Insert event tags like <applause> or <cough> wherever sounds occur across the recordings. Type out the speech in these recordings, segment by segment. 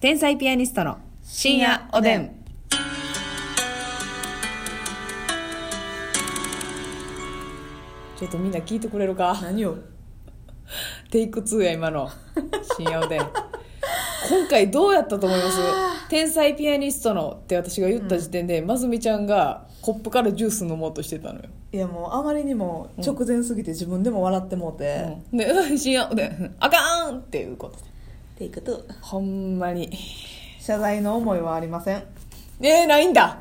天才ピアニストの深夜おでん。ちょっとみんな聞いてくれるか何をテイク2や今の深夜おでん今回どうやったと思います天才ピアニストのって私が言った時点で、まずみちゃんがコップからジュース飲もうとしてたのよ、いやもうあまりにも直前すぎて自分でも笑ってもうて、でうん深夜おでんあかんっていうことっていくとほんまに謝罪の思いはありませんえー、ないんだ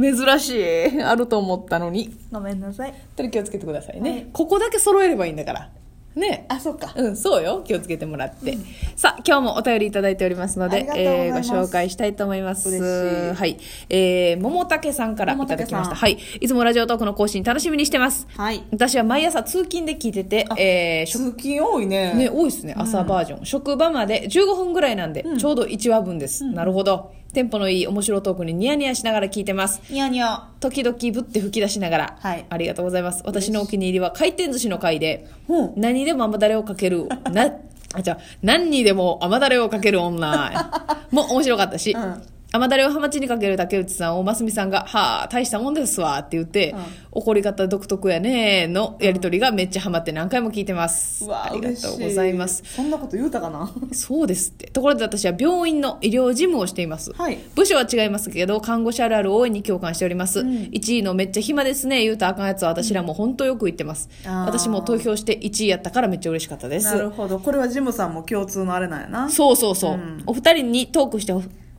珍しいあると思ったのにごめんなさいただ気をつけてくださいね、はいここだけ揃えればいいんだからねあそっかうん、そうよ。気をつけてもらって。さあ、今日もお便りいただいておりますのあでりが、とうござえいー、ごます紹介したいと思います。嬉しいはい。えー、桃竹さんからいただきました。桃竹さんはい。いつもラジオトークの更新楽しみにしてます。はい私は毎朝通勤で聞いててあ、えー、通勤多いねね、多いですね、朝バージョン。職場まで15分ぐらいなんで、ちょうど1話分です。なるほど。テンポのいい面白トークにニヤニヤしながら聞いてます。ニヤニヤ時々ぶって吹き出しながら、はいありがとうございます私のお気に入りは回転寿司の回で、うん何でも甘だれをかける <laughs> なあじゃあ何にでも甘だれをかける <laughs> 女も面白かったし、うん甘だれをハマチにかける竹内さんを真澄さんが「はあ大したもんですわ」って言って、うん怒り方独特やね」のやりとりがめっちゃハマって何回も聞いてます、うわありがとうございます嬉しそんなこと言うたかなそうですってところで私は病院の医療事務をしています、はい部署は違いますけど看護師あるあるを大いに共感しております、1位の「めっちゃ暇ですね」言うたらあかんやつは私らも本当よく言ってます、あー私も投票して1位やったからめっちゃ嬉しかったですなるほどこれはジムさんも共通のあれなんやなそうそうそう、うんお二人にトークして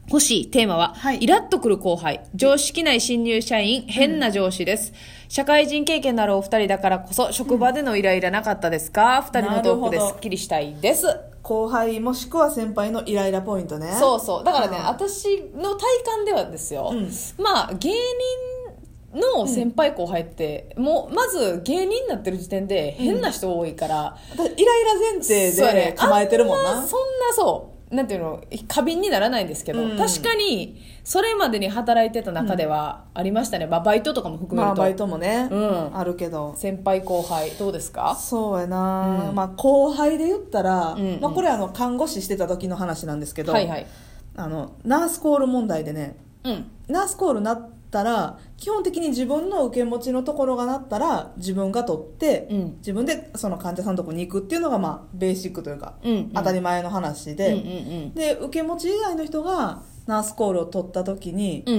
ほしいテーマは、はいイラッとくる後輩常識ない新入社員変な上司です、社会人経験のあるお二人だからこそ職場でのイライラなかったですか、二人のトークでなるほすどっきりしたいです後輩もしくは先輩のイライラポイントねそうそうだからね、あ私の体感ではですよ、うんまあ芸人の先輩後輩って、もうまず芸人になってる時点で変な人多いから、だからイライラ前提そうやでね構えてるもんあんなまそんなそうなんていうの過敏にならないんですけど、うん確かにそれまでに働いてた中ではありましたね、まあ、バイトとかも含めるまあと、バイトもね、うんあるけど先輩後輩どうですかそうやな、うんまあ後輩で言ったら、うんうんまあ、これあの看護師してた時の話なんですけど、はいはいあのナースコール問題でねうんナースコールなったら基本的に自分の受け持ちのところがなったら自分が取って、うん自分でその患者さんのとこに行くっていうのがまあベーシックというか、うんうん当たり前の話うんうで、んで受け持ち以外の人がナースコールを取った時に、うんう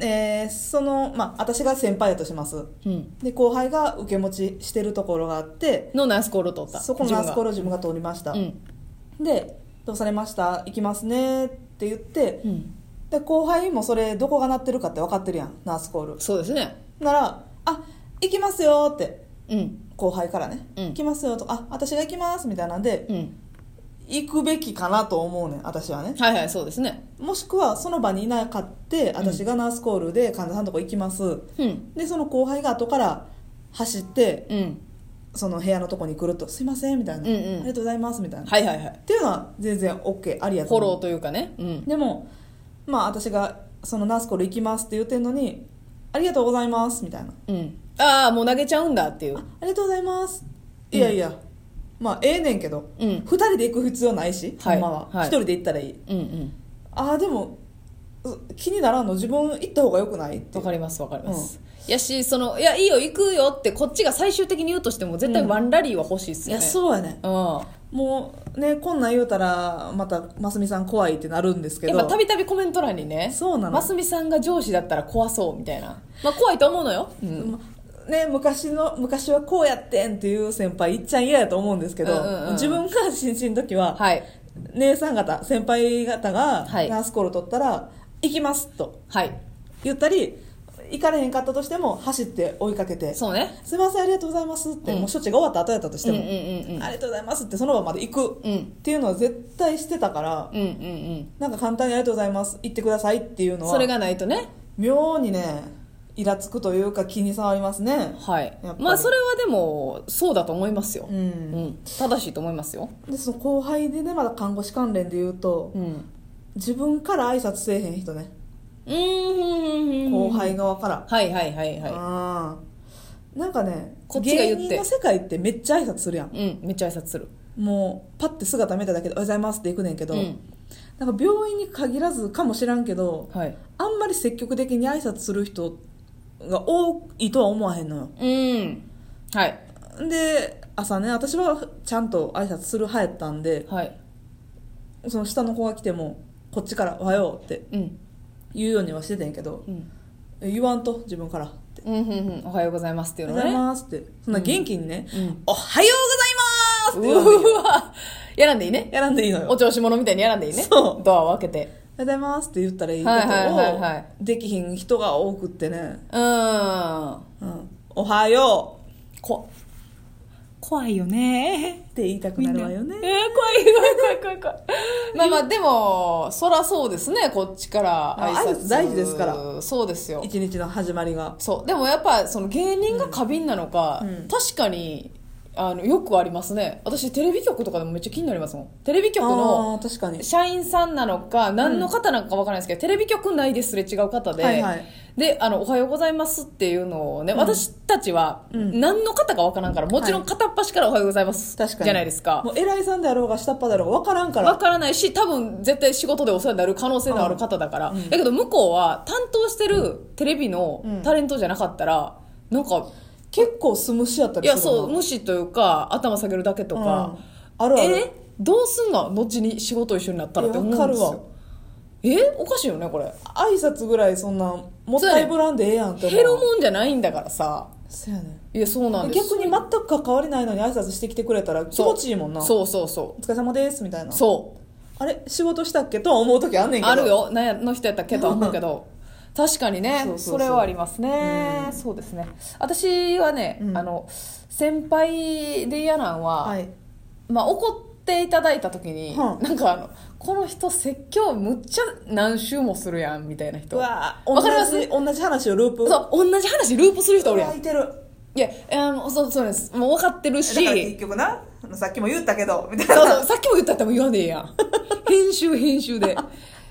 んえーそのまあ私が先輩だとしますうんで後輩が受け持ちしてるところがあってのナースコールを取ったそこのナースコルールを自分が通りました、うんで「どうされました行きますね」って言って、うんで後輩もそれどこが鳴ってるかって分かってるやんナースコールそうですねなら「あ行きますよ」ってうん後輩からね「うん行きますよ」とか「あ私が行きます」みたいなんで、うん行くべきかなと思うねん私はねはいはいそうですねもしくはその場にいなかって私がナースコールで患者さんのとこ行きます、うんでその後輩が後から走ってうんその部屋のとこに来ると「すいません」みたいな、うんうんありがとうございます」みたいな、はいはいはいっていうのは全然 OK ありやフォ思うローというかねうんでもまあ私がそのナースコール行きますって言ってんのに「ありがとうございます」みたいなうんああもう投げちゃうんだっていう「ありがとうございます」いやいや、まあええねんけど、う二ん人で行く必要ないし、はいほんまは、はい一人で行ったらいいうんうんああでもう気にならんの自分行った方がよくないってわいうかりますわかります、やしその「いやいいよ行くよ」ってこっちが最終的に言うとしても絶対ワンラリーは欲しいっすいよやね、そうやねうんもうねこんなん言うたらまたますみさん怖いってなるんですけやどっぱたびたびコメント欄にねそうなのますみさんが上司だったら怖そうみたいなまあ怖いと思うのよ、うんまね、昔の昔はこうやってんっていう先輩いっちゃん嫌やと思うんですけど、うんうんうん自分が新進の時は、はい姉さん方先輩方がはいナースコール取ったら、行きますとはい言ったり行かれへんかったとしても走って追いかけてそうねすいませんありがとうございますって、うんもう処置が終わった後やったとしても、うんうんうんうんありがとうございますってその場まで行く、うんっていうのは絶対してたから、うんうんうんなんか簡単にありがとうございます行ってくださいっていうのはそれがないとね妙にねイラつくというか気に障りますねはいやっぱりまあそれはでもそうだと思いますよ、うんうん正しいと思いますよ、でその後輩でねまだ看護師関連で言うと、うん、自分から挨拶せえへん人ねうんうんうんうん後輩側から、はいはいはいあはあーなんかねこっちが言って芸人の世界ってめっちゃ挨拶するやんいうんめっちゃ挨拶するもうパッて姿見ただけで「おはようございます」って行くねんけど、うんなんか病院に限らずかもしらんけどはいあんまり積極的に挨拶する人が多いとは思わへんのようんはいで朝ね私はちゃんと挨拶する派やったんではいその下の子が来てもこっちから「おはよう」ってうん言うようにはしてたんやけどうん言わんと自分からってうんうんうんおはようございますってい「うおのはようございねます」ってそんな元気にねうん「おはようございます」って言わんでいいうわやらんでいいねやらんでいいのよ「おはおよ調子者みたいにやらんでいいねそうドアを開けてうございます」って言ったらいいこはいはいはいはとをできひん人が多くってねうん「うん、おはよう」こ怖いよねって言いたくなるわよえねー、怖い怖い怖い怖い怖いまあまあでもそらそうですねこっちから挨あ挨拶拶大事ですからそうですよ一日の始まりがそうでもやっぱその芸人が過敏なのか、うんうん確かにあのよくありますね私テレビ局とかでもめっちゃ気になりますもんテレビ局のあー確かに社員さんなのか何の方なのかわからないですけど、テレビ局内ですれ違う方で、はいはいであの「おはようございます」っていうのをね、ん私たちはうん何の方かわからんからもちろんは片っ端から「おはようございます」確かにじゃないですかもう偉いさんであろうが下っ端だろうが分からんからわからないし多分絶対仕事でお世話になる可能性のある方だから、うんうんだけど向こうは担当してるテレビのうんタレントじゃなかったら、なんか結構素無視やったいりするやそう無視というか頭下げるだけととか、あるあるえどうすんの後に仕事一緒になったらって思うんですいやわよえおかしいよねこれ挨拶ぐらいそんなもったいぶらんでええやんって思う減るもんじゃないんだからさそうやねいやそうなんです逆に全く関わりないのに挨拶してきてくれたら気そう持ちいいもんなおそうそうそ疲れ様ですみたいなうそあれ仕事したっけとは思う時あんねんうけどあるよ何やの人やったっけとは思うけど確かにねそそうそうそうれはありますね、うんそうですね私はね、うんあの先輩で嫌なんは、はいまあ、怒っていただいた時に、うんなんかあのこの人説教むっちゃ何周もするやんみたいな人うわわかりま同すじ同じ話をループそう同じ話ループする人おるやん湧いてるいやあのそうそうですもう分かってるしだから結局なさっきも言ったけどみたいそうなそうさっきも言ったっても言わねえやん編集編集 <laughs> で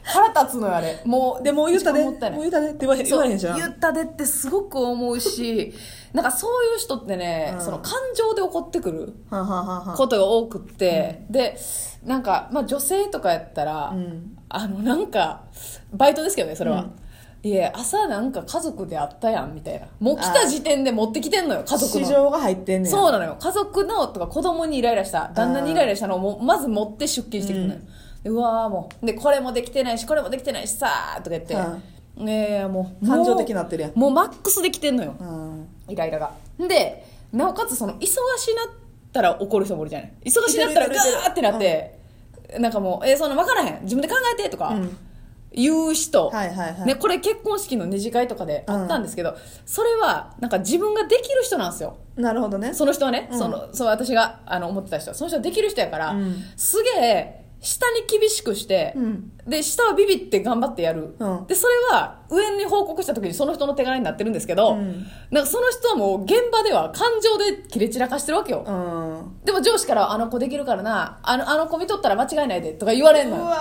腹立つのよあれもうでもう言ったで時間もったいないもう言ったでって言わへん言わへんじゃそんう言ったでってすごく思うし <laughs> なんかそういう人ってね、うんその感情で怒ってくるはんはんはんはんことが多くって、でなんか、まあ、女性とかやったら、うんあのなんかバイトですけどねそれは、うんいや朝なんか家族で会ったやんみたいなもう来た時点で持ってきてんのよ家族市の場が入ってんねんそうなのよ家族のとか子供にイライラした旦那にイライラしたのをもうまず持って出勤してくるのよ、でうわーもうでこれもできてないしこれもできてないしさーとか言って、ねえもう感情的になってるやんもうマックスできてんのようんイライラがでなおかつその忙しなったら怒る人もおるじゃない忙しなったらいガてるいてるーってなって、なんかもう「えそんな分からへん自分で考えて」とかうん言う人、はいはいはいね、これ結婚式の二次会とかであったんですけど、それはなんか自分ができる人なんですよなるほどねその人はね、うんそのそう私があの思ってた人はその人はできる人やから、うんすげえ下に厳しくして、うんで下はビビって頑張ってやる、うんでそれは上に報告した時にその人の手柄になってるんですけど、うんなんかその人はもう現場では感情で切れ散らかしてるわけよ、うんでも上司から「あの子できるからなあのあの子見とったら間違いないで」とか言われんうのよわ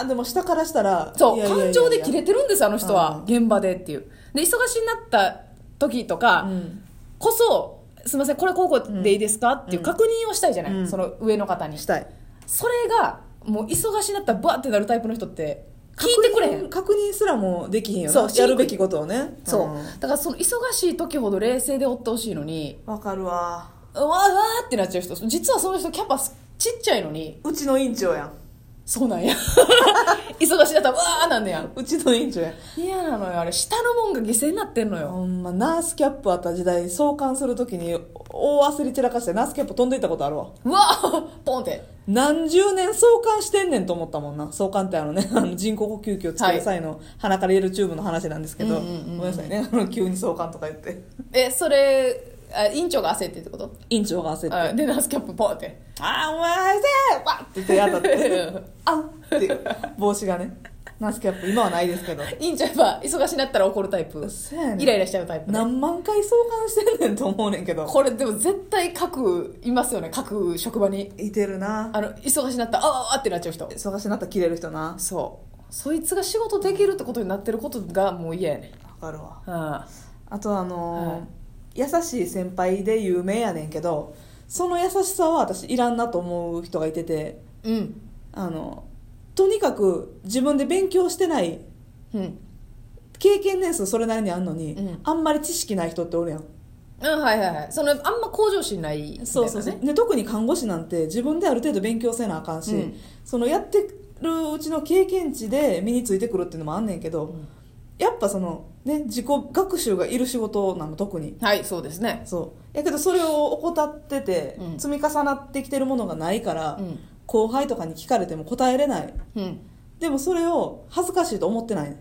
ーでも下からしたらそういやいやいや感情で切れてるんですあの人は、う現場でっていうで忙しになった時とか、うんこそ「すいませんこれこうこうでいいですか?」っていう確認をしたいじゃない、うんその上の方にしたいそれがもう忙しになったらバーってなるタイプの人って聞いてくれへん確認確認すらもできひんよそうなしにくいやるべきことをねそう、んだからその忙しい時ほど冷静でおってほしいのにわかるわうわーうわーってなっちゃう人実はその人キャパちっちゃいのにうちの院長やんそう <laughs> なんや忙しだったらわーなんねやうちの院長やん嫌なのよあれ下のもんが犠牲になってんのよほんまナースキャップあった時代創刊するときに大焦り散らかしてナースキャップ飛んでいったことあるわうわーポンって何十年創刊してんねんと思ったもんな創刊ってあのね <laughs> あの人工呼吸器を作る際の鼻から入れるチューブの話なんですけど、うんうんうんうんごめんなさいねあの急に創刊とか言ってえそれあ院長が焦ってってこと院長が焦ってあでナースキャップポン <laughs> って「あーお前せー!」わって手当たって「あん!」っていう帽子がねナースキャップ今はないですけどいいんちゃえば忙しになったら怒るタイプそうやねんイライラしちゃうタイプね何万回創刊してんねんと思うねんけどこれでも絶対各いますよね各職場にいてるなあの忙しになったらああああってなっちゃう人忙しになったら切れる人なそうそいつが仕事できるってことになってることがもう嫌やねわかるわああとあのーは優しい先輩で有名やねんけどその優しさは私いらんなと思う人がいててうんあのとにかく自分で勉強してないうん経験年数それなりにあんのに、うんあんまり知識ない人っておるやんうん、はいはいはい。その、あんま向上心ないみたいなね。そうそうそうで特に看護師なんて自分である程度勉強せなあかんし、うんそのやってるうちの経験値で身についてくるっていうのもあんねんけど、んやっぱそのね自己学習がいる仕事なの特にはい、そうですね。そうやけどそれを怠ってて、うん積み重なってきてるものがないから、うん後輩とかに聞かれても答えれないうん。でもそれを恥ずかしいと思ってない、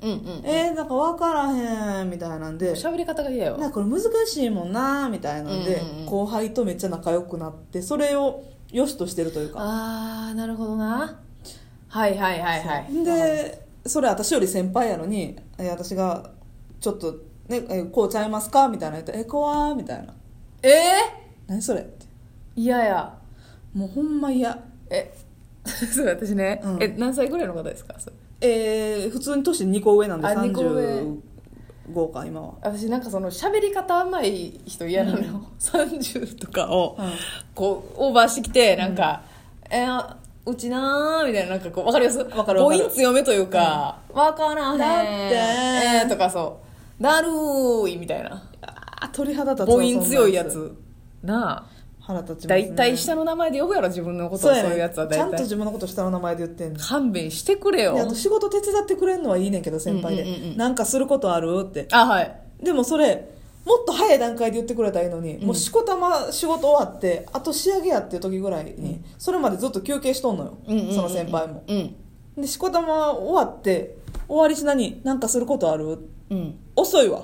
うんうん。えー、なんか分からへんみたいなんで喋り方が嫌よ。なんかこれ難しいもんなみたいなんで、うんうんうん後輩とめっちゃ仲良くなってそれを良しとしてるというかあー、なるほどな。はいはいはいはい。でそれ私より先輩やのにえ私がちょっと、ねえこうちゃいますか?」みたいな言って「え怖ー」みたいなえ「何それ?」ってー、嫌やや。もうほんま嫌え、 <laughs> そう、私ね、うんえ、何歳ぐらいの方ですかそれえー、普通に年2個上なんであ二個上35か今は、私なんかその喋り方甘い人嫌なの <laughs> よ。30とかを、こう、オーバーしてきて、なんか、えーうちなーみたいな、なんかこう、わかりますわかるわかる母音強めというか、わ、からへん。だってえーとかそう。だるーいみたいな。あー鳥肌立つ母わ音強いやそんなつ。な腹立あ。ちまだすいたい下の名前で呼ぶやろ、自分のことそをうそうやいうねやつはちゃ大んと体。自分のこと下の名前で言ってんの勘弁してくれよであ。と仕事手伝ってくれんのはいいねんけど先輩で、うんうんうんうんなんかすることあるってあ、はい。でもそれもっと早い段階で言ってくれたらいいのに、もうしこたま仕事終わってあと仕上げやっていう時ぐらいに、それまでずっと休憩しとんのよ、うんうんうんうんその先輩もうん。でしこたま終わって終わりしなになんかすることあるうん。遅いわ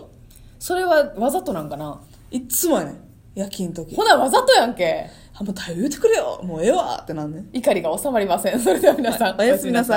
それはわざとなんかないっつもやねん夜勤の時ほな、わざとやんけ。あもうだいぶ言ってくれよもうええわってなんねん怒りが収まりません。それでは皆さん、はいおやすみなさい